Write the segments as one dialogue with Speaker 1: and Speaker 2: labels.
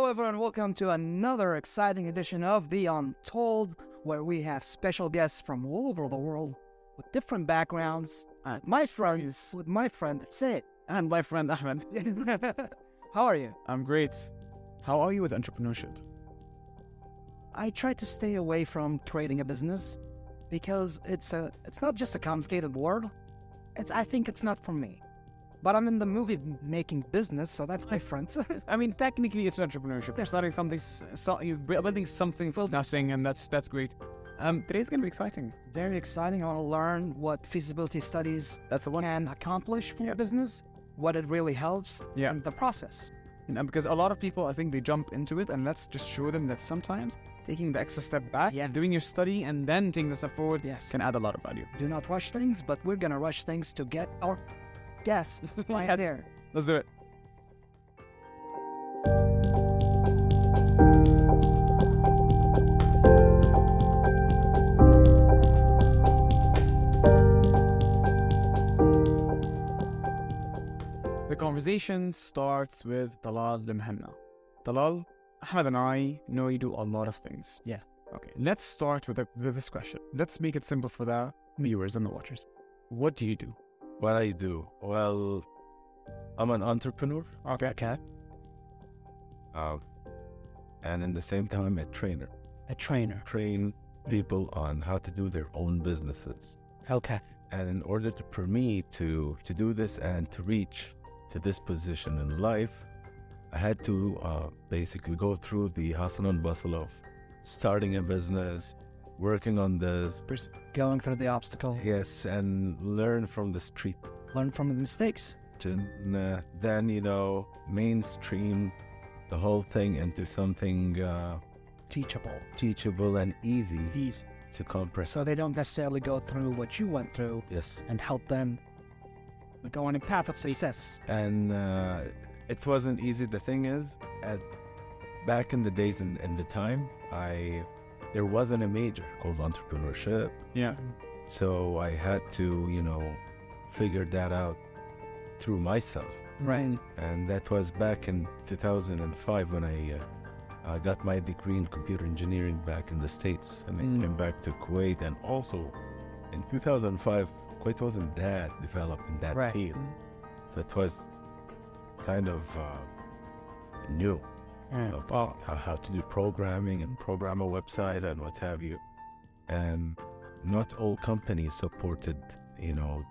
Speaker 1: welcome to another exciting edition of The Untold, where we have special guests from all over the world with different backgrounds. Uh, my friends, with my friend Sid.
Speaker 2: And my friend Ahmed.
Speaker 1: How are you?
Speaker 2: I'm great. How are you with entrepreneurship?
Speaker 1: I try to stay away from creating a business because it's a it's not just a complicated word. It's I think it's not for me. But I'm in the movie making business, so that's different.
Speaker 2: I mean, technically, it's entrepreneurship. You're starting something, so you're building something from nothing, and that's that's great. Um, today's gonna be exciting.
Speaker 1: Very exciting. I want to learn what feasibility studies
Speaker 2: That's the one.
Speaker 1: can accomplish for
Speaker 2: Yeah.
Speaker 1: a business, what it really helps,
Speaker 2: Yeah.
Speaker 1: and the process.
Speaker 2: And because a lot of people, I think, they jump into it, and let's just show them that sometimes taking the extra step back,
Speaker 1: Yeah.
Speaker 2: doing your study, and then taking the step forward,
Speaker 1: Yes.
Speaker 2: can add a lot of value.
Speaker 1: Do not rush things, but we're gonna rush things to get our guest right
Speaker 2: Yeah.
Speaker 1: there.
Speaker 2: Let's do it. The conversation starts with Talal Limhanna. Talal, Ahmed and I know you do a lot of things.
Speaker 1: Yeah.
Speaker 2: Okay, let's start with, a, with this question. Let's make it simple for the viewers and the watchers. What do you do?
Speaker 3: What I do? Well, I'm an entrepreneur
Speaker 2: Okay. Okay.
Speaker 3: um, and in the same time, a trainer.
Speaker 1: A trainer.
Speaker 3: Train people on how to do their own businesses.
Speaker 1: Okay.
Speaker 3: And in order to, for me to, to do this and to reach to this position in life, I had to uh, basically go through the hustle and bustle of starting a business, working on this,
Speaker 1: Going through the obstacle,
Speaker 3: yes, and learn from the street.
Speaker 1: learn from the mistakes.
Speaker 3: and uh, then you know mainstream the whole thing into something uh,
Speaker 1: Teachable.
Speaker 3: teachable and easy
Speaker 1: Easy.
Speaker 3: to comprehend.
Speaker 1: So they don't necessarily go through what you went through
Speaker 3: Yes,
Speaker 1: and help them go on a path of success.
Speaker 3: and uh, it wasn't easy. The thing is, at back in the days and in, the time, I there wasn't a major called entrepreneurship,
Speaker 2: Yeah.
Speaker 3: so I had to you know figure that out through myself.
Speaker 1: Right.
Speaker 3: and that was back in 2005 when I uh, I got my degree in computer engineering back in the states, and I
Speaker 2: Mm.
Speaker 3: came back to Kuwait. And also, in 2005, Kuwait wasn't that developed in that
Speaker 1: Right.
Speaker 3: field, so it was kind of uh, new
Speaker 1: Yeah.
Speaker 3: about how, how to do programming and program a website and what have you. And not all companies supported, you know,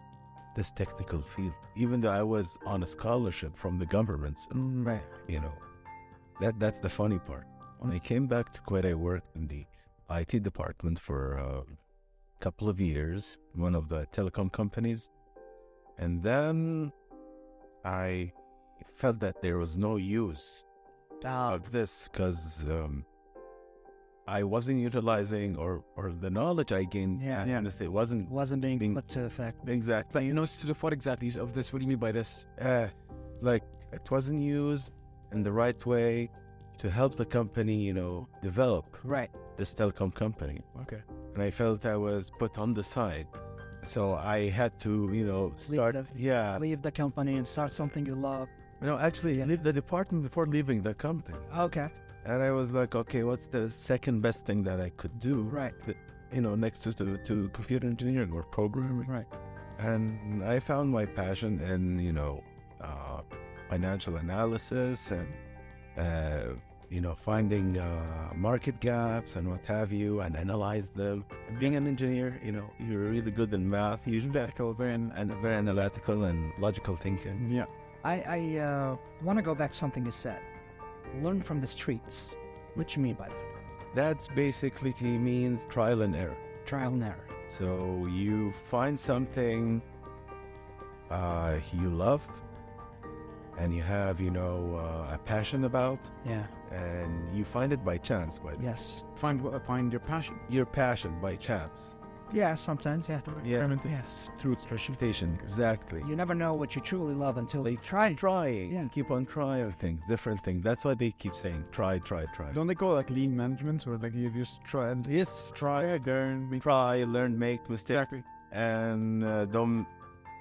Speaker 3: this technical field. Even though I was on a scholarship from the governments,
Speaker 1: Mm, Right.
Speaker 3: you know, that that's the funny part. When I came back to Kuwait, I worked in the IT department for a couple of years, one of the telecom companies, and then I felt that there was no use
Speaker 2: Ah.
Speaker 1: Uh,
Speaker 3: of this because um, I wasn't utilizing or or the knowledge I gained.
Speaker 1: Yeah.
Speaker 3: and
Speaker 2: Yeah.
Speaker 3: this- It wasn't
Speaker 1: wasn't being,
Speaker 3: being-
Speaker 1: put to effect.
Speaker 3: exactly
Speaker 2: Like, you know, sort of what exactly is of this? What do you mean by this?
Speaker 3: uh, like it wasn't used in the right way to help the company, you know, develop
Speaker 1: Right.
Speaker 3: this telecom company.
Speaker 2: Okay.
Speaker 3: And I felt I was put on the side, so I had to, you know, start.
Speaker 1: the-
Speaker 3: yeah,
Speaker 1: Leave the company and start something you love.
Speaker 3: no, actually, I leave the department before leaving the company.
Speaker 1: Okay.
Speaker 3: And I was like, okay, what's the second best thing that I could do?
Speaker 1: Right.
Speaker 3: Th- You know, next to, to to computer engineering or programming.
Speaker 1: Right.
Speaker 3: And I found my passion in you know uh, financial analysis and uh, you know finding uh, market gaps and what have you and analyze them. Being an engineer, you know, you're really good in math, usually,
Speaker 2: Medical van.
Speaker 3: and very analytical and logical thinking.
Speaker 2: Yeah.
Speaker 1: I, I uh, want to go back to something you said. Learn from the streets. What you mean by that?
Speaker 3: That's basically means trial and error.
Speaker 1: Trial and error.
Speaker 3: So you find something uh, you love and you have, you know, uh, a passion about,
Speaker 1: Yeah.
Speaker 3: and you find it by chance, by
Speaker 1: Yes.
Speaker 2: Find what find your passion.
Speaker 3: your passion by chance
Speaker 1: Yeah, sometimes you have to
Speaker 3: Yeah.
Speaker 1: Yes.
Speaker 3: through experimentation. Exactly.
Speaker 1: You never know what you truly love until they try.
Speaker 3: Try trying.
Speaker 1: Yeah.
Speaker 3: Keep on trying things, different things. That's why they keep saying try, try, try.
Speaker 2: Don't they call it like lean management or like you just try and
Speaker 3: yes,
Speaker 2: try learn make
Speaker 3: try, learn, make mistakes,
Speaker 2: exactly.
Speaker 3: and uh, don't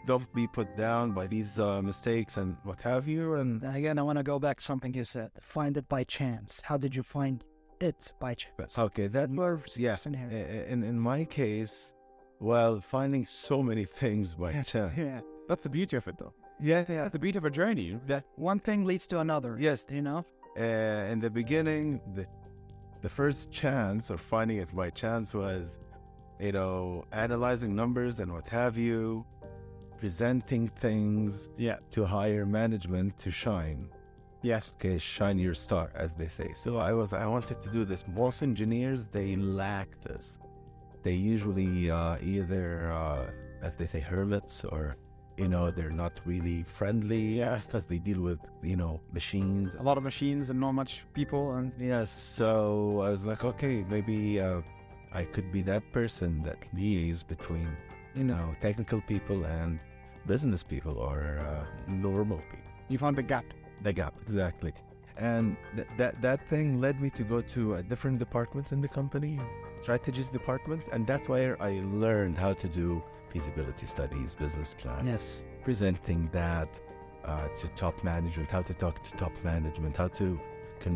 Speaker 3: don't be put down by these uh, mistakes and what have you. And
Speaker 1: Again, I want to go back to something you said. Find it by chance. How did you find it by chance?
Speaker 3: That's okay. That
Speaker 1: Mm.
Speaker 3: was yes.
Speaker 1: Scenario.
Speaker 3: In in my case, well, finding so many things by chance.
Speaker 1: Yeah.
Speaker 2: That's the beauty of it, though.
Speaker 3: Yeah,
Speaker 2: That's the beauty of a journey.
Speaker 3: That
Speaker 1: One thing leads to another.
Speaker 3: yes.
Speaker 1: You know?
Speaker 3: Uh, in the beginning, the the first chance of finding it by chance was, you know, analyzing numbers and what have you, presenting things
Speaker 2: Yeah.
Speaker 3: to higher management to shine.
Speaker 2: Yes.
Speaker 3: Okay, shine your star, as they say. So I was, I wanted to do this. Most engineers, they lack this. They usually uh, either, uh, as they say, hermits, or you know, they're not really friendly
Speaker 2: Yeah.
Speaker 3: because they deal with you know machines.
Speaker 2: A lot of machines and not much people, and
Speaker 3: Yeah. So I was like, okay, maybe uh, I could be that person that liaises between you know technical people and business people or uh, normal people.
Speaker 2: you found the gap.
Speaker 3: The gap, exactly. And th- that that thing led me to go to a different department in the company, strategies department, and that's where I learned how to do feasibility studies, business plans,
Speaker 1: Yes.
Speaker 3: presenting that uh, to top management, how to talk to top management, how to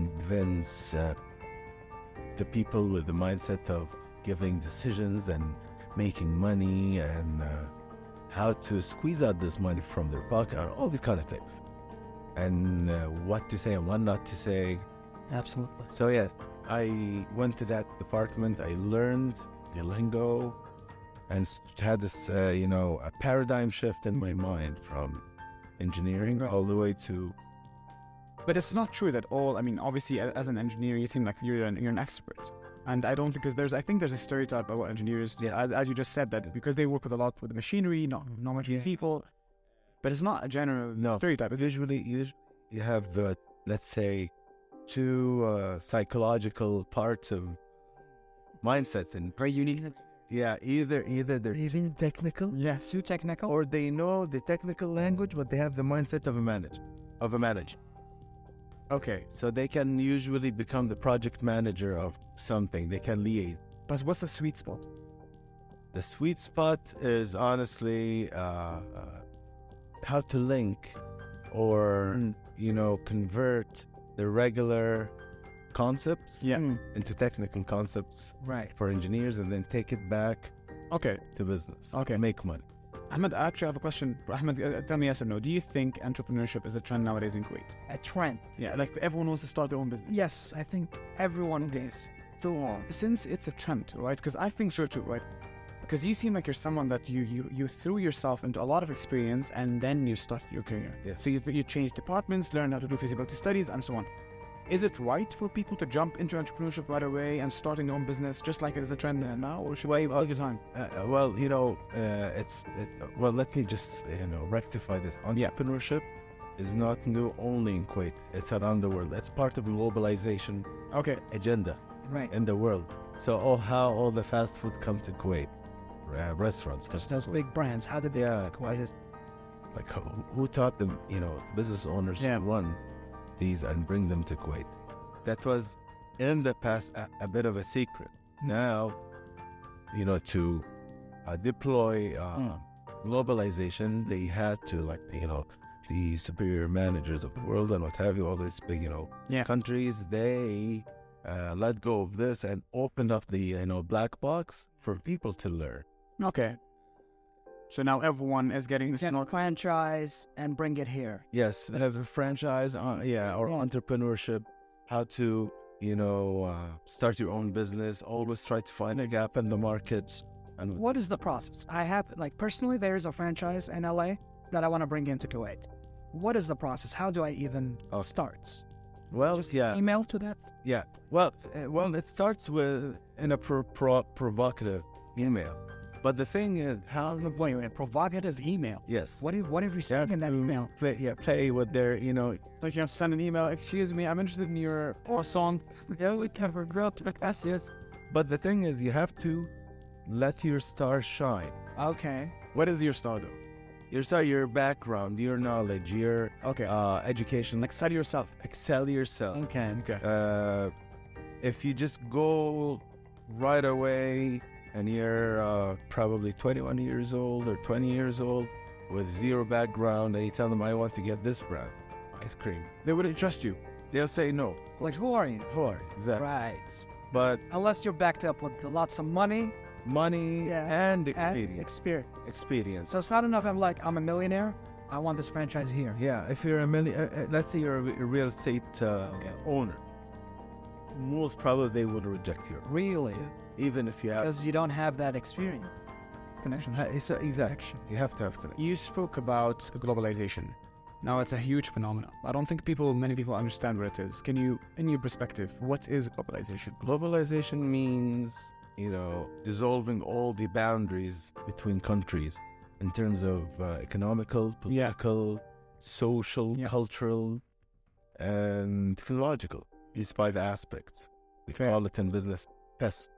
Speaker 3: convince uh, the people with the mindset of giving decisions and making money, and uh, how to squeeze out this money from their pocket, or all these kind of things, and uh, what to say and what not to say.
Speaker 1: Absolutely.
Speaker 3: So yeah, I went to that department. I learned the lingo, and s- had this uh, you know a paradigm shift in my mind from engineering
Speaker 1: Right.
Speaker 3: all the way to
Speaker 2: But it's not true that all. I mean, obviously, a- as an engineer, you seem like you're an, you're an expert, and I don't because there's. I think there's a stereotype about engineers.
Speaker 3: Yeah.
Speaker 2: As, as you just said, that because they work with a lot with machinery, not not much with
Speaker 3: Yeah.
Speaker 2: people. But it's not a general
Speaker 3: No.
Speaker 2: stereotype. It's
Speaker 3: usually you, you have the let's say two uh, psychological parts of mindsets, and
Speaker 2: very unique.
Speaker 3: yeah, either either they're
Speaker 1: Even
Speaker 3: technical
Speaker 2: Yes.
Speaker 1: too technical.
Speaker 3: or they know the technical language, but they have the mindset of a manager, of a manager.
Speaker 2: Okay.
Speaker 3: So they can usually become the project manager of something. They can liaise.
Speaker 2: But what's the sweet spot?
Speaker 3: The sweet spot is honestly uh, uh, how to link or,
Speaker 2: Mm.
Speaker 3: you know, convert the regular concepts
Speaker 2: Yeah.
Speaker 1: Mm,
Speaker 3: into technical concepts
Speaker 1: right.
Speaker 3: for engineers and then take it back
Speaker 2: Okay.
Speaker 3: to business.
Speaker 2: Okay.
Speaker 3: Make money.
Speaker 2: Ahmed, I actually have a question. Ahmed, uh, tell me yes or no. Do you think entrepreneurship is a trend nowadays in Kuwait?
Speaker 1: A trend.
Speaker 2: Yeah, like everyone wants to start their own business.
Speaker 1: Yes, I think everyone is. Go on.
Speaker 2: Since it's a trend, right? Because I think so too, right? Because you seem like you're someone that you you, you threw yourself into a lot of experience and then you started your career.
Speaker 3: Yes.
Speaker 2: So you, you changed departments, learned how to do feasibility studies, and so on. Is it right for people to jump into entrepreneurship right away and starting their own business just like it is a trend now, or should we take your time?
Speaker 3: Uh, uh, well, you know, uh, it's it, well. Let me just you know rectify this.
Speaker 2: Yeah.
Speaker 3: Entrepreneurship is not new only in Kuwait. It's around the world. It's part of globalization
Speaker 2: Okay.
Speaker 3: agenda
Speaker 1: Right.
Speaker 3: in the world. So, oh, how all the fast food come to Kuwait, uh, restaurants,
Speaker 1: Just
Speaker 3: customers.
Speaker 1: those big brands. How did they
Speaker 3: Yeah,
Speaker 1: come to
Speaker 3: why
Speaker 1: Kuwait?
Speaker 3: did- like who, who taught them? You know, business owners
Speaker 2: Yeah.
Speaker 3: to run these and bring them to Kuwait. That was in the past a, a bit of a secret.
Speaker 2: Hmm.
Speaker 3: Now, you know, to uh, deploy uh,
Speaker 2: Hmm.
Speaker 1: Mm.
Speaker 3: globalization, they had to like you know the superior managers of the world and what have you, all these big you know
Speaker 2: Yeah.
Speaker 3: countries. They uh, let go of this and opened up the you know black box for people to learn.
Speaker 2: Okay. So now everyone is getting this.
Speaker 1: General franchise and bring it here.
Speaker 3: Yes, have a franchise, uh, yeah, or entrepreneurship, how to, you know, uh, start your own business. Always try to find a gap in the market. And
Speaker 1: What is the process? I have, like, personally, there's a franchise in LA that I want to bring into Kuwait. What is the process? How do I even
Speaker 3: Okay. Uh,
Speaker 1: start?
Speaker 3: well, yeah,
Speaker 1: Email to that?
Speaker 3: yeah. Well, uh, well, it starts with in a pro- pro- provocative email, but the thing is, how?
Speaker 1: Wait, wait, provocative email.
Speaker 3: Yes,
Speaker 1: What, if, what have you
Speaker 3: Yeah,
Speaker 1: seen in that
Speaker 3: to
Speaker 1: email?
Speaker 3: play, yeah, play with their, you know,
Speaker 2: Like you have to send an email. Excuse me, I'm interested in your croissant.
Speaker 3: yeah, we can regret yes, yes. But the thing is, you have to let your star shine.
Speaker 1: Okay.
Speaker 2: What is your star though?
Speaker 3: Your star, your background, your knowledge, your
Speaker 2: Okay.
Speaker 3: uh, education,
Speaker 2: like study yourself.
Speaker 3: excel yourself.
Speaker 1: Okay.
Speaker 2: Okay.
Speaker 3: Uh, if you just go right away and you're uh, probably 21 years old or 20 years old, with zero background and you tell them I want to get this brand ice cream.
Speaker 2: They wouldn't trust you.
Speaker 3: They'll say no.
Speaker 1: Like, who are you?
Speaker 3: Who are you? Exactly.
Speaker 1: Right.
Speaker 3: But
Speaker 1: Unless you're backed up with lots of money
Speaker 3: money
Speaker 1: Yeah.
Speaker 3: and
Speaker 1: and
Speaker 3: experience.
Speaker 1: experience.
Speaker 3: experience.
Speaker 1: So it's not enough. I'm like, I'm a millionaire. I want this franchise here.
Speaker 3: Yeah, if you're a million, uh, uh, let's say you're a re- real estate uh, owner, most probably they would reject you,
Speaker 1: Really?
Speaker 3: even if you have
Speaker 1: Because you don't have that experience.
Speaker 2: Connection.
Speaker 3: Uh, it's a- exactly. You have to have connection.
Speaker 2: You spoke about globalization. Now it's a huge phenomenon. I don't think people, many people, understand what it is. Can you, in your perspective, what is globalization?
Speaker 3: Globalization means you know dissolving all the boundaries between countries in terms of uh, economical,
Speaker 2: Yeah.
Speaker 3: political, social,
Speaker 2: Yeah.
Speaker 3: cultural, and technological. These five aspects. We
Speaker 2: Fair.
Speaker 3: call it in business PEST,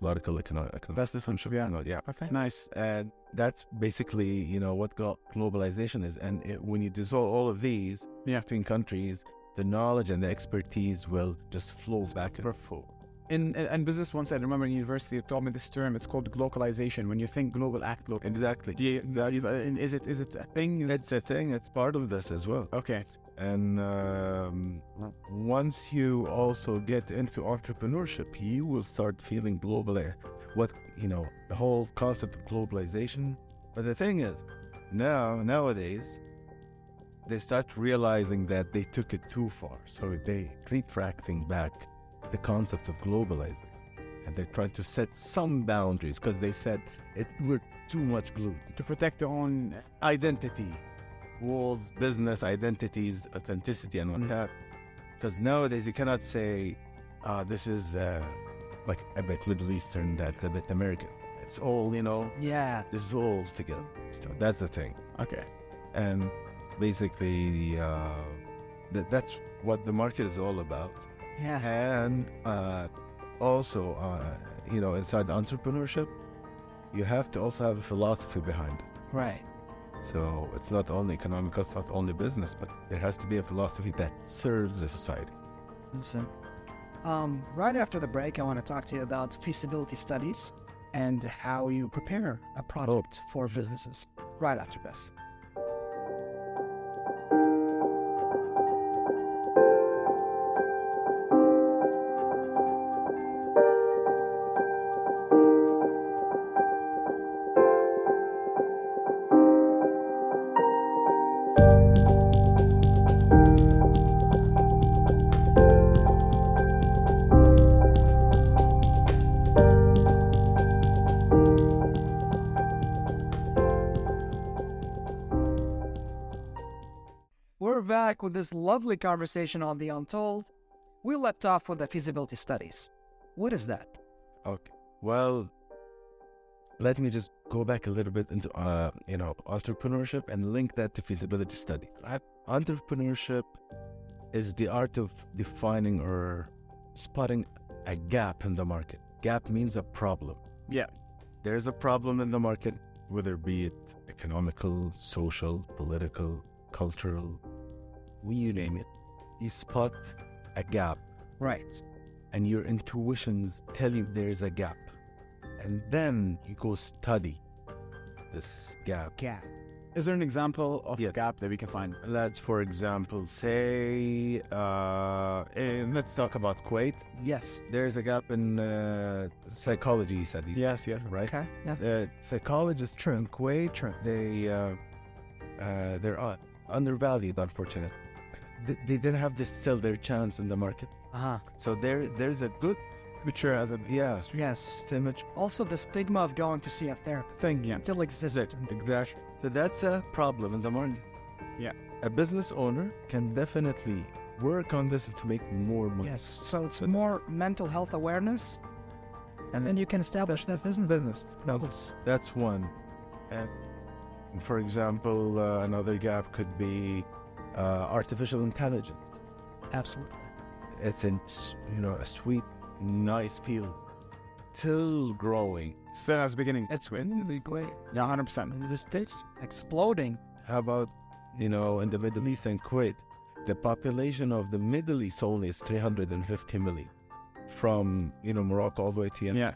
Speaker 3: political, economic, economic.
Speaker 2: That's the function. Yeah.
Speaker 3: technology. Yeah.
Speaker 2: Nice.
Speaker 3: And that's basically, you know, what glo- globalization is. And it, when you dissolve all of these
Speaker 2: Yeah.
Speaker 3: between countries, the knowledge and the expertise will just flow back and forth.
Speaker 2: In, in in business, once I remember in university, they taught me this term. It's called globalization. When you think global, act global.
Speaker 3: Exactly.
Speaker 2: Yeah, and is it is it a thing? Is-
Speaker 3: It's a thing. It's part of this as well.
Speaker 2: okay.
Speaker 3: And um, once you also get into entrepreneurship, you will start feeling global. eh, What you know, the whole concept of globalization. But the thing is, now nowadays, they start realizing that they took it too far. So they retracting back the concept of globalizing, and they're trying to set some boundaries because they said it we're too much glued
Speaker 2: To protect their own.
Speaker 3: identity, walls, business identities, authenticity, and what
Speaker 2: Mm.
Speaker 3: have. Because nowadays you cannot say, uh, "This is uh, like a bit Middle Eastern, that's a bit American." It's all you know.
Speaker 1: Yeah.
Speaker 3: This is all together. So that's the thing,
Speaker 2: Okay.
Speaker 3: and basically, uh, that that's what the market is all about.
Speaker 1: Yeah.
Speaker 3: And uh, also, uh, you know, inside entrepreneurship, you have to also have a philosophy behind it.
Speaker 1: Right.
Speaker 3: So it's not only economical, it's not only business, but there has to be a philosophy that serves the society.
Speaker 1: Listen. Um, right after the break, I want to talk to you about feasibility studies and how you prepare a product for businesses. Right after this. We're back with this lovely conversation on the Untold. We left off with the feasibility studies. What is that?
Speaker 3: Okay. Well, let me just go back a little bit into uh, you know entrepreneurship and link that to feasibility studies.
Speaker 2: Right.
Speaker 3: Entrepreneurship is the art of defining or spotting a gap in the market. Gap means a problem.
Speaker 2: Yeah.
Speaker 3: There's a problem in the market, whether be it economical, social, political, cultural, you name it. You spot a gap
Speaker 1: Right.
Speaker 3: and your intuitions tell you there's a gap. And then you go study this gap.
Speaker 1: Yeah.
Speaker 2: Is there an example of
Speaker 3: Yeah.
Speaker 2: a gap that we can find?
Speaker 3: Let's, for example, say, uh, eh, let's talk about Kuwait.
Speaker 1: Yes.
Speaker 3: There's a gap in uh, psychology studies,
Speaker 2: Yes. Yes.
Speaker 3: right?
Speaker 1: Okay. Yeah.
Speaker 3: Uh, psychologists tr- in Kuwait, tr- they, uh, uh, they're uh, undervalued, unfortunately. They, they didn't have to sell their chance in the market.
Speaker 1: Uh huh.
Speaker 3: So there, there's a good, um,
Speaker 2: Mature as a
Speaker 3: yeah,
Speaker 1: Yes.
Speaker 3: image
Speaker 1: Also, the stigma of going to see a therapist
Speaker 2: thing. Yeah.
Speaker 1: still exists.
Speaker 3: Exactly. So that's a problem in the market.
Speaker 2: Yeah.
Speaker 3: A business owner can definitely work on this to make more money.
Speaker 1: Yes. So it's more mental health awareness, and then you can establish that business.
Speaker 3: Business. Now, That's one. And for example, uh, another gap could be uh, artificial intelligence.
Speaker 1: Absolutely.
Speaker 3: It's in s- you know a sweet, nice field, still growing.
Speaker 2: Still as beginning.
Speaker 1: It's
Speaker 2: weird.
Speaker 1: really great.
Speaker 2: Yeah. Hundred percent.
Speaker 3: In the states,
Speaker 1: Exploding.
Speaker 3: How about, you know, in the Middle East and Kuwait, the population of the Middle East only is 350 million from, you know, Morocco all the way to Yemen.
Speaker 2: Yeah.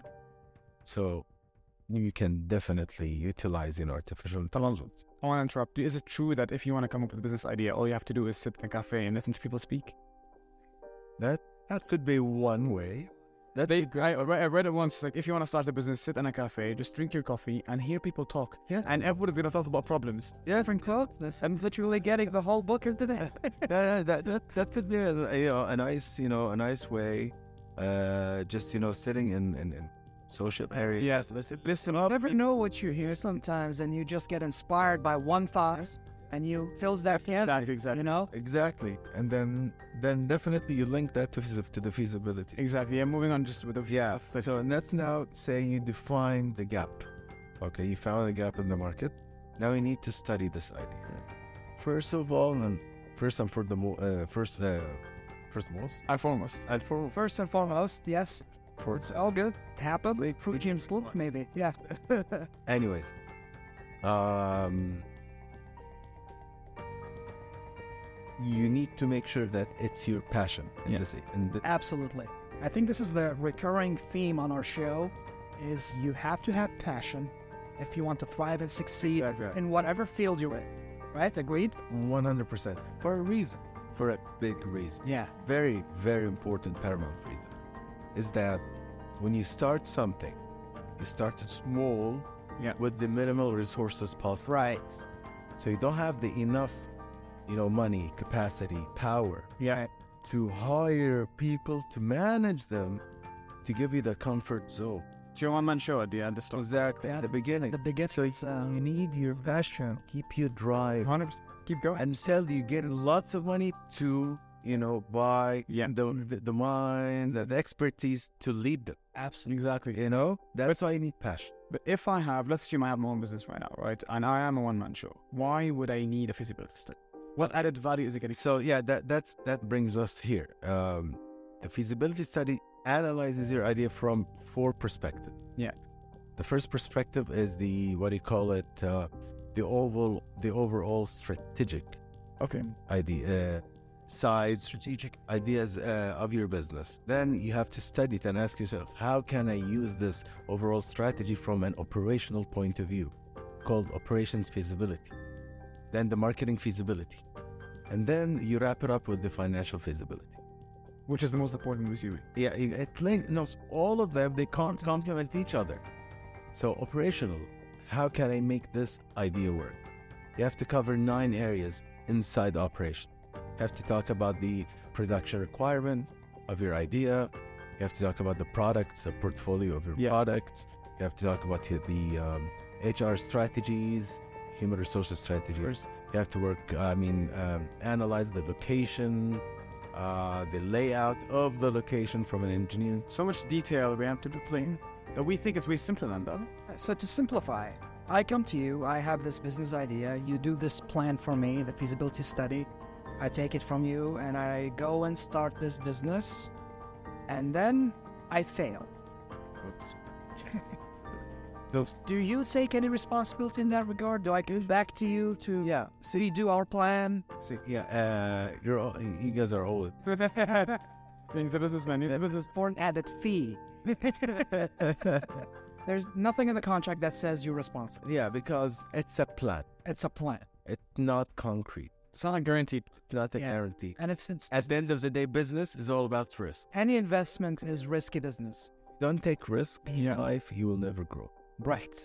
Speaker 3: So you can definitely utilize in artificial intelligence.
Speaker 2: I want to interrupt you. Is it true that if you want to come up with a business idea, all you have to do is sit in a cafe and listen to people speak?
Speaker 3: That that could be one way. That
Speaker 2: They, I, I read I read it once. Like, if you want to start a business, sit in a cafe, just drink your coffee, and hear people talk.
Speaker 3: Yeah.
Speaker 2: And everyone's gonna talk about problems.
Speaker 1: Yeah, from clothes. I'm literally getting the whole book here today.
Speaker 3: yeah, yeah, that, that that could be a, a, you know, a nice you know a nice way, uh, just you know sitting in in, in social areas.
Speaker 2: Yes.
Speaker 3: listen,
Speaker 2: Listen
Speaker 1: You
Speaker 2: up.
Speaker 1: never know what you hear sometimes, and you just get inspired by one thought, and you fills that gap.
Speaker 2: Exactly. Exactly.
Speaker 1: You know,
Speaker 3: exactly, and then then definitely you link that to feasi- to the feasibility.
Speaker 2: Exactly. Yeah. Moving on, just with the
Speaker 3: Yeah. So and that's now saying you define the gap. Okay, you found a gap in the market. Now you need to study this idea. First of all, and first and furthermore, uh, first uh, first most
Speaker 2: I foremost.
Speaker 3: and for
Speaker 1: first and foremost, yes, it's
Speaker 3: first
Speaker 1: all good. Tap up, fruit James Loop, maybe. Yeah.
Speaker 3: Anyways, um, you need to make sure that it's your passion. In
Speaker 2: Yeah.
Speaker 3: this, in the,
Speaker 1: Absolutely. I think this is the recurring theme on our show is you have to have passion if you want to thrive and succeed
Speaker 3: That's right.
Speaker 1: in whatever field you're in. Right? Agreed?
Speaker 3: 100% for a reason, for a big reason.
Speaker 2: Yeah.
Speaker 3: Very, very important, paramount reason is that when you start something, you start it small
Speaker 2: Yeah.
Speaker 3: with the minimal resources possible.
Speaker 1: Right.
Speaker 3: So you don't have the enough, you know, money, capacity, power
Speaker 2: Yeah.
Speaker 3: to hire people to manage them to give you the comfort zone.
Speaker 2: Your one man show at the end. The store.
Speaker 3: Exactly.
Speaker 1: Yeah,
Speaker 3: At the beginning.
Speaker 1: The um, biggest
Speaker 3: you need your passion, keep your drive
Speaker 2: 100. percent Keep going.
Speaker 3: until you get lots of money to, you know, buy
Speaker 2: Yeah.
Speaker 3: the, the, the mind, the, the expertise to lead them.
Speaker 1: absolutely
Speaker 2: Exactly.
Speaker 3: You know, that's why you need passion.
Speaker 2: But if I have, let's assume I have my own business right now, right? And I am a one man show. Why would I need a feasibility study? What added value is it getting?
Speaker 3: So yeah, that that's that brings us here. Um, the feasibility study analyzes your idea from four perspectives.
Speaker 2: Yeah.
Speaker 3: The first perspective is the what do you call it? Uh, the oval, the overall strategic
Speaker 2: Okay.
Speaker 3: idea, uh, side strategic ideas uh, of your business. Then you have to study it and ask yourself, how can I use this overall strategy from an operational point of view, called operations feasibility. Then the marketing feasibility, and then you wrap it up with the financial feasibility.
Speaker 2: Which is the most important receiving?
Speaker 3: Yeah, it it link no, s- all of them they can't complement each other. So operational, how can I make this idea work? You have to cover nine areas inside the operation. You have to talk about the production requirement of your idea. You have to talk about the products, the portfolio of your
Speaker 2: Yeah.
Speaker 3: products. You have to talk about the the, um, HR strategies, human resources strategies.
Speaker 2: First,
Speaker 3: You have to work, I mean, um, analyze the location, uh, the layout of the location from an engineering.
Speaker 2: so much detail we have to be playing that we think it's way simpler than that.
Speaker 1: So to simplify, I come to you, I have this business idea, you do this plan for me, the feasibility study. I take it from you and I go and start this business and then I fail.
Speaker 3: Oops. Oops.
Speaker 1: Do you take any responsibility in that regard? Do I give back to you to
Speaker 3: Yeah.
Speaker 1: So you do our plan.
Speaker 3: See, yeah. Uh, you're all, you guys are old.
Speaker 2: Things the business menu. The business.
Speaker 1: for an added fee. There's nothing in the contract that says you're responsible.
Speaker 3: yeah, because it's a plan.
Speaker 1: It's a plan,
Speaker 3: It's not concrete.
Speaker 2: It's not guaranteed.
Speaker 3: It's not a
Speaker 1: Yeah.
Speaker 3: guarantee.
Speaker 1: and it's, it's
Speaker 3: At the end of the day, business is all about risk.
Speaker 1: any investment is risky business.
Speaker 3: Don't take risk in
Speaker 2: Yeah.
Speaker 3: life, you will never grow.
Speaker 1: Right,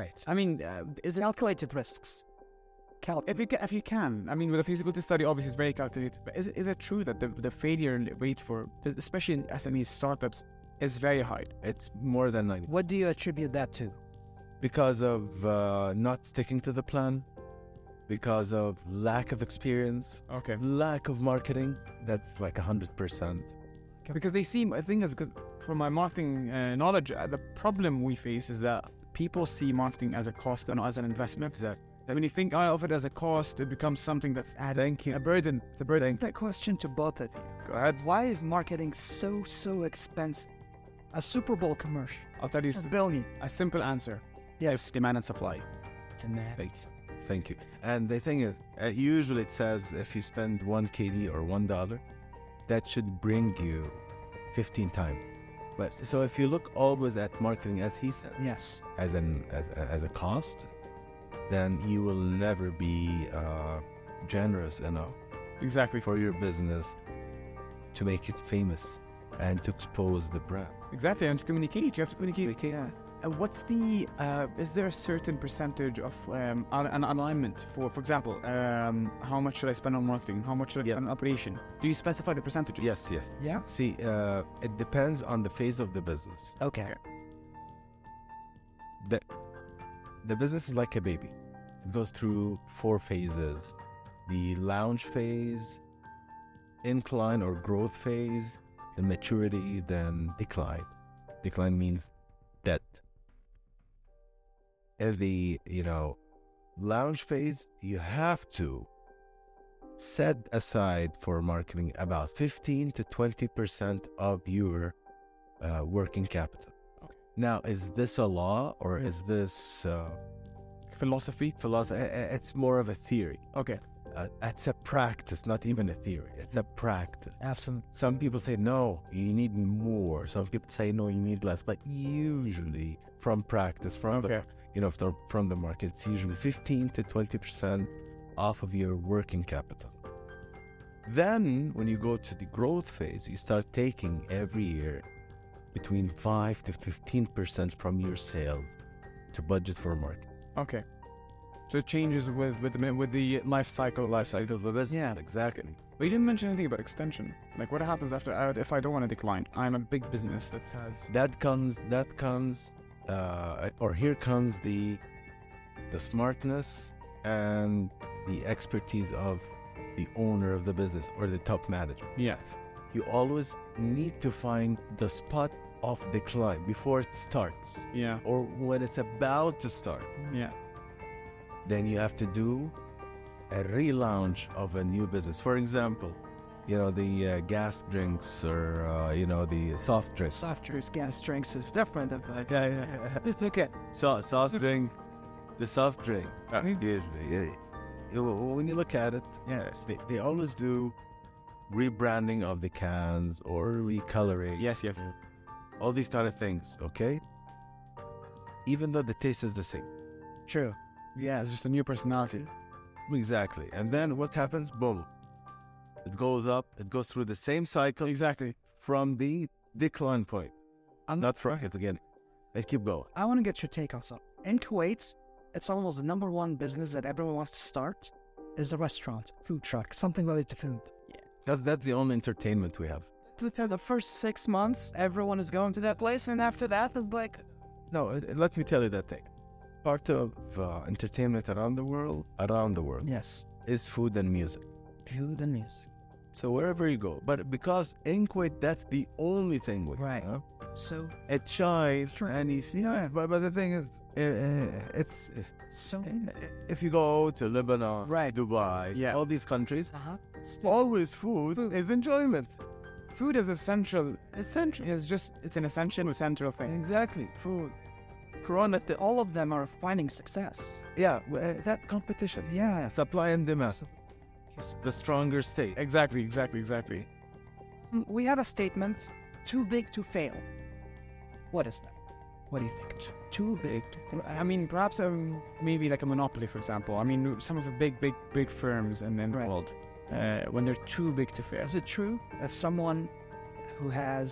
Speaker 1: right.
Speaker 2: I mean, uh,
Speaker 1: Is it calculated risks? Cal-
Speaker 2: if you can, if you can, I mean, with a feasibility study, obviously it's very calculated. But is it, is it true that the, the failure rate for, especially in SME startups, is very high?
Speaker 3: It's more than 90.
Speaker 1: what do you attribute that to?
Speaker 3: because of uh, not sticking to the plan, because of lack of experience,
Speaker 2: Okay.
Speaker 3: lack of marketing. That's like hundred percent.
Speaker 2: Because they seem, I think, it's because from my marketing uh, knowledge, uh, the problem we face is that people see marketing as a cost and not as an investment.
Speaker 3: Exactly.
Speaker 2: That when you think oh, of it as a cost, it becomes something that's added,
Speaker 3: Thank
Speaker 2: a
Speaker 3: you.
Speaker 2: burden.
Speaker 3: It's a burden.
Speaker 1: That question to both of you.
Speaker 2: Go ahead.
Speaker 1: Why is marketing so so expensive? A Super Bowl commercial,
Speaker 2: I'll tell you
Speaker 1: a billion.
Speaker 2: a simple answer. Yes, demand and supply. Thanks.
Speaker 3: Thank you. And the thing is, uh, usually it says if you spend one KD or one dollar, that should bring you fifteen times. But so if you look always at marketing, as he said,
Speaker 1: Yes.
Speaker 3: as an as, a- as a cost, then you will never be uh, generous enough
Speaker 2: Exactly.
Speaker 3: for your business to make it famous and to expose the brand.
Speaker 2: Exactly, and to communicate, you have to communicate.
Speaker 3: Communicate.
Speaker 2: Yeah. Uh, what's the? Uh, is there a certain percentage of um, an, an alignment for, for example, um, how much should I spend on marketing? How much should I
Speaker 3: Yeah.
Speaker 2: spend on operation? Do you specify the percentage?
Speaker 3: Yes, yes.
Speaker 1: Yeah.
Speaker 3: See, uh, it depends on the phase of the business.
Speaker 1: Okay.
Speaker 3: The the business is like a baby. It goes through four phases: the lounge phase, incline or growth phase, the maturity, then decline. Decline means dead. In the you know lounge phase, you have to set aside for marketing about 15 to 20 percent of your uh, working capital. Now, is this a law or
Speaker 2: Yeah.
Speaker 3: is this uh,
Speaker 2: Philosophy.
Speaker 3: philosophy? It's more of a theory.
Speaker 2: Okay.
Speaker 3: Uh, it's a practice, not even a theory. It's a practice.
Speaker 1: Absolutely.
Speaker 3: Some people say no, you need more. Some people say no, you need less. But usually, from practice, from the
Speaker 2: Okay.
Speaker 3: you know from, from the market, it's usually fifteen to twenty percent off of your working capital. Then, when you go to the growth phase, you start taking every year between five to fifteen percent from your sales to budget for market.
Speaker 2: Okay. So it changes with with the with the life cycle. Life
Speaker 3: cycle of the business.
Speaker 1: Yeah.
Speaker 3: exactly.
Speaker 2: But you didn't mention anything about extension. Like what happens after uh, if I don't want to decline? I'm a big business that has.
Speaker 3: that comes that comes uh, or here comes the the smartness and the expertise of the owner of the business or the top manager
Speaker 2: Yeah.
Speaker 3: you always need to find the spot of decline before it starts
Speaker 2: Yeah.
Speaker 3: or when it's about to start
Speaker 2: Yeah.
Speaker 3: then you have to do a relaunch of a new business for example you know the uh, gas drinks or uh, you know the soft drinks
Speaker 1: Soft drinks, gas drinks is different. Of like,
Speaker 3: yeah, yeah.
Speaker 1: okay.
Speaker 3: So, soft drink, the soft drink.
Speaker 2: Uh,
Speaker 3: Usually, yeah. Yeah, well, When you look at it, yes, they, they always do rebranding of the cans or recoloring.
Speaker 2: Yes. Yes.
Speaker 3: All these kind of things, okay? Even though the taste is the same.
Speaker 1: True.
Speaker 2: Yeah. It's just a new personality.
Speaker 3: Exactly. And then what happens? Boom. It goes up, it goes through the same cycle
Speaker 2: Exactly.
Speaker 3: from the decline point.
Speaker 1: I'm-
Speaker 3: Not from it again. They keep going.
Speaker 1: I want to get your take on something. In Kuwait, it's almost the number one business that everyone wants to start is a restaurant, food truck, something related to food.
Speaker 3: That's, that's the only entertainment we have.
Speaker 1: The first six months, everyone is going to that place, and after that, it's like,
Speaker 3: No, uh, let me tell you that thing. Part of uh, entertainment around the world, around the world,
Speaker 1: yes,
Speaker 3: is food and music.
Speaker 1: food and music.
Speaker 3: So wherever you go, but because in Kuwait, that's the only thing we
Speaker 1: Right.
Speaker 3: have.
Speaker 1: So,
Speaker 3: It shines and it's yeah. But, but the thing is, uh, uh, it's
Speaker 1: so,
Speaker 3: uh, if you go to Lebanon,
Speaker 1: Right.
Speaker 3: Dubai,
Speaker 2: Yeah.
Speaker 3: all these countries,
Speaker 1: uh-huh.
Speaker 3: always food,
Speaker 1: Food.
Speaker 3: is enjoyment.
Speaker 2: Food is essential. Essential. It's just it's an essential central thing.
Speaker 1: Exactly, food. Corona, th- all of them are finding success.
Speaker 3: Yeah, w- uh, that's competition.
Speaker 1: Yeah.
Speaker 3: Supply and demand.
Speaker 1: Yes.
Speaker 3: The stronger state.
Speaker 2: Exactly. Exactly. Exactly.
Speaker 1: Mm, We have a statement, too big to fail. What is that? What do you think? T- Too big to fail.
Speaker 2: I mean, perhaps um, maybe like a monopoly, for example. I mean, some of the big, big, big firms in, in
Speaker 1: Right.
Speaker 2: the world, uh, when they're too big to fail.
Speaker 1: Is it true if someone who has,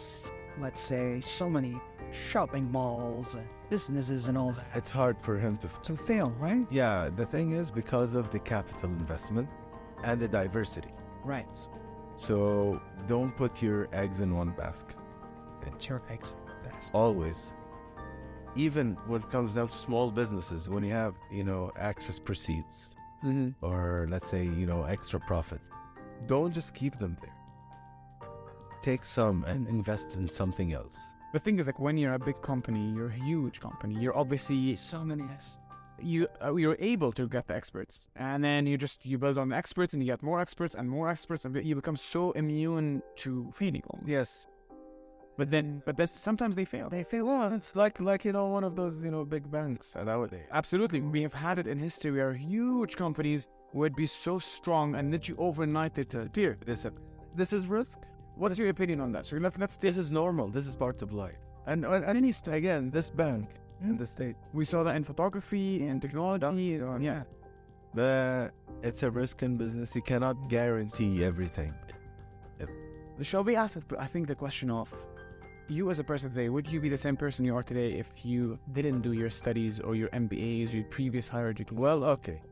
Speaker 1: let's say, so many shopping malls and businesses and all that
Speaker 3: It's hard for him to
Speaker 1: to fail, right?
Speaker 3: Yeah, the thing is because of the capital investment and the diversity.
Speaker 1: Right.
Speaker 3: So don't put your eggs in one basket.
Speaker 1: Your eggs best.
Speaker 3: Always. Even when it comes down to small businesses, when you have, you know, access proceeds
Speaker 1: Mm-hmm.
Speaker 3: or let's say, you know, extra profits, don't just keep them there. Take some and invest in something else.
Speaker 2: The thing is, like, when you're a big company, you're a huge company. You're obviously
Speaker 1: So many eggs.
Speaker 2: you uh, you're able to get the experts, and then you just you build on the experts, and you get more experts and more experts, and you become so immune to failing. almost.
Speaker 3: Yes.
Speaker 2: But then, but then sometimes they fail.
Speaker 1: They fail on
Speaker 3: It's like like you know one of those, you know, big banks nowadays.
Speaker 2: Absolutely, we have had it in history where huge companies would be so strong and that you overnight they disappear.
Speaker 3: This, this is risk.
Speaker 2: What is your opinion on that? So let, let's take
Speaker 3: This is normal. This is part of life. Hmm? And and, and it's, again, this bank in the state,
Speaker 2: we saw that in photography and technology. uh, yeah.
Speaker 3: but it's a risk in business. You cannot guarantee everything.
Speaker 2: The shall we ask? I think the question of you as a person today. Would you be the same person you are today if you didn't do your studies or your MBAs, your previous higher education?
Speaker 3: Well, okay.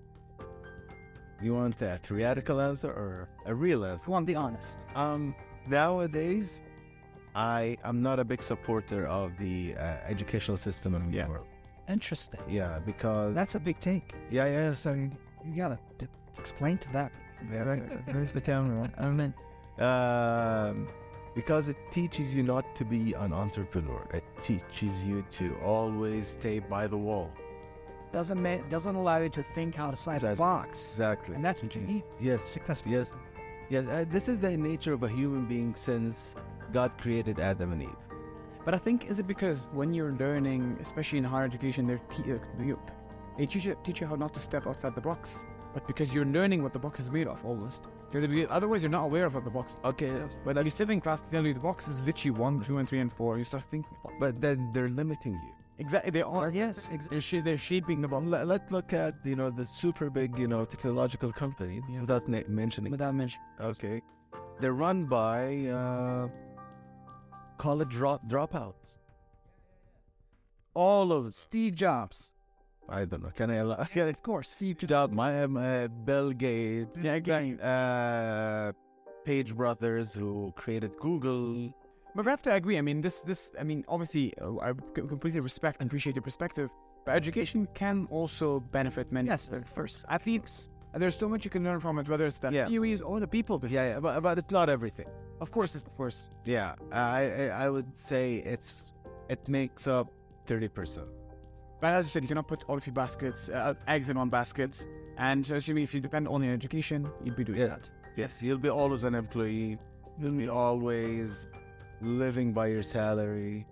Speaker 3: You want a theoretical answer or a real answer?
Speaker 1: I want the honest.
Speaker 3: Um, nowadays, I am not a big supporter of the uh, educational system in the
Speaker 2: Yeah.
Speaker 3: world.
Speaker 1: Interesting.
Speaker 3: Yeah, because
Speaker 1: That's a big take.
Speaker 3: yeah, yeah, so
Speaker 1: You gotta d- explain to that.
Speaker 3: Where's the camera? Um, because it teaches you not to be an entrepreneur. It teaches you to always stay by the wall.
Speaker 1: Doesn't ma- doesn't allow you to think outside the
Speaker 3: Exactly.
Speaker 1: box,
Speaker 3: Exactly.
Speaker 1: and that's what you need.
Speaker 3: yes, yes, yes. Uh, this is the nature of a human being since God created Adam and Eve.
Speaker 2: But I think is it because when you're learning, especially in higher education, they're te- uh, you- they teach you, teach you how not to step outside the box. But because you're learning what the box is made of, almost. Because if you- otherwise, you're not aware of what the box.
Speaker 3: Okay,
Speaker 2: But like you sit in class, they tell you the box is literally one, two, and three, and four. You start thinking, what?
Speaker 3: but then they're limiting you.
Speaker 2: exactly. They are.
Speaker 1: yes, ex-
Speaker 2: They're, sh- they're shaping the box.
Speaker 3: Let, let's look at you know the super big you know technological company
Speaker 2: Yeah.
Speaker 3: without na- mentioning.
Speaker 1: without mention.
Speaker 3: Okay, they're run by uh, college drop dropouts. All of us.
Speaker 1: Steve Jobs.
Speaker 3: I don't know. Can I allow? Can I
Speaker 1: Of course, Steve Jobs.
Speaker 3: job? My um, uh, Bill Gates,
Speaker 2: Yeah, again.
Speaker 3: uh, Page Brothers, who created Google.
Speaker 1: Mm-hmm.
Speaker 2: But we have to agree. I mean, this, this. I mean, obviously, uh, I c- completely respect and appreciate your perspective. But education can also benefit many. uh,
Speaker 1: Yes, of course.
Speaker 2: I think s- there's so much you can learn from it, whether it's the
Speaker 3: Yeah.
Speaker 2: theories or the people. behind
Speaker 3: Yeah, yeah, but, but it's not everything.
Speaker 2: Of course, of course.
Speaker 3: Yeah, I I, I would say it's it makes up thirty percent.
Speaker 2: But as you said, you cannot put all of your baskets, uh, eggs in one basket. And so, assuming if you depend only on education, you'd be doing
Speaker 3: Yeah.
Speaker 2: that.
Speaker 3: Yes, you'll be always an employee. You'll be always living by your salary,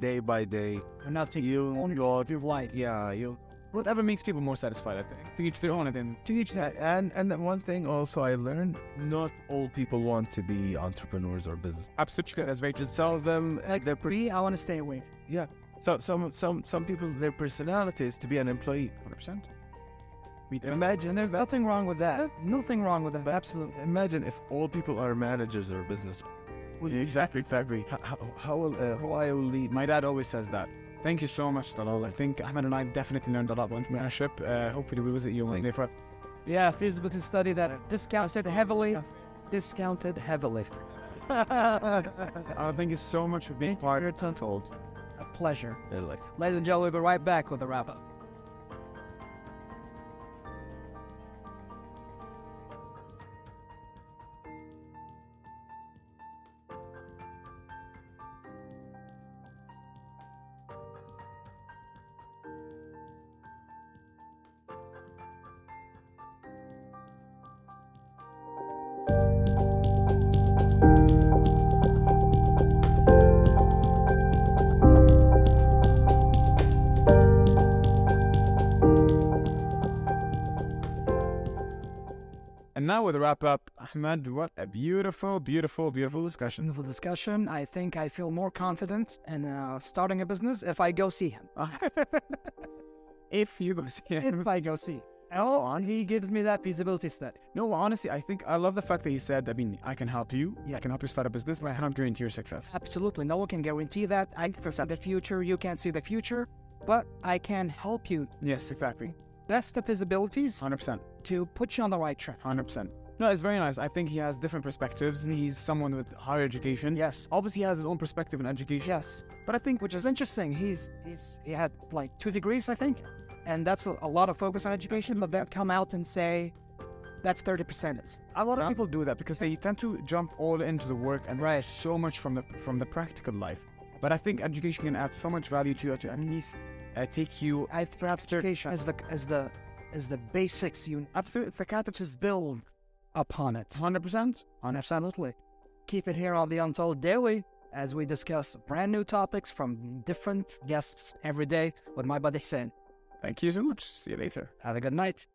Speaker 3: day by day.
Speaker 1: You're not taking
Speaker 3: You
Speaker 1: ownership
Speaker 3: got
Speaker 1: of your life.
Speaker 3: yeah, you
Speaker 2: Whatever makes people more satisfied, I think. To each their own, I think.
Speaker 3: to each that. And and then one thing also I learned: not all people want to be entrepreneurs or business.
Speaker 2: Absolutely, that's very true.
Speaker 3: Should sell them
Speaker 1: Like
Speaker 3: their per-
Speaker 1: me, I want to stay away.
Speaker 3: yeah. So some some some people their personality is to be an employee.
Speaker 2: 100%. We
Speaker 1: Imagine there's nothing wrong with that. Nothing wrong with that. Absolutely.
Speaker 3: Imagine if all people are managers or business.
Speaker 2: Exactly, exactly.
Speaker 3: How how, how will uh, Hawaii will lead?
Speaker 2: My dad always says that. Thank you so much, Dalal. I think Ahmed and I definitely learned a lot about entrepreneurship. Uh, hopefully, we visit you one
Speaker 3: Thank
Speaker 2: day for
Speaker 1: Yeah, feasibility study that discounted heavily. Discounted heavily.
Speaker 2: Uh, thank you so much for being part of Untold.
Speaker 1: A pleasure.
Speaker 3: They're uh, like.
Speaker 1: Ladies and gentlemen, we'll be right back with a wrap up.
Speaker 2: And now, with a wrap up, Ahmed, what a beautiful, beautiful, beautiful discussion.
Speaker 1: Wonderful discussion. I think I feel more confident in uh, starting a business if I go see him.
Speaker 2: if you go see him.
Speaker 1: If I go see. Oh, and he gives me that feasibility study.
Speaker 2: No, honestly, I think I love the fact that he said, I mean, I can help you. Yeah, I can help you start a business, but I cannot guarantee your success.
Speaker 1: Absolutely, no one can guarantee that. I can see the future. You can't see the future, but I can help you.
Speaker 2: Yes, exactly.
Speaker 1: Best of feasibilities
Speaker 2: 100%.
Speaker 1: to put you on the right track.
Speaker 2: 100%. No, it's very nice. I think he has different perspectives. and He's someone with higher education.
Speaker 1: Yes.
Speaker 2: Obviously, he has his own perspective in education.
Speaker 1: Yes,
Speaker 2: But I think,
Speaker 1: which is interesting. He's he's he had like two degrees, I think, and that's a, a lot of focus on education. But then come out and say, that's thirty percent.
Speaker 2: a lot of people do that because they tend to jump all into the work and
Speaker 1: Right.
Speaker 2: so much from the from the practical life. But I think education can add so much value to you to at least uh, take you
Speaker 1: I perhaps education as the as the as the basics you
Speaker 2: absolutely the catechist build.
Speaker 1: upon it.
Speaker 2: Hundred percent.
Speaker 1: Absolutely. Keep it here on the Untold Daily as we discuss brand new topics from different guests every day with my buddy Hussein.
Speaker 2: Thank you so much. See you later.
Speaker 1: Have a good night.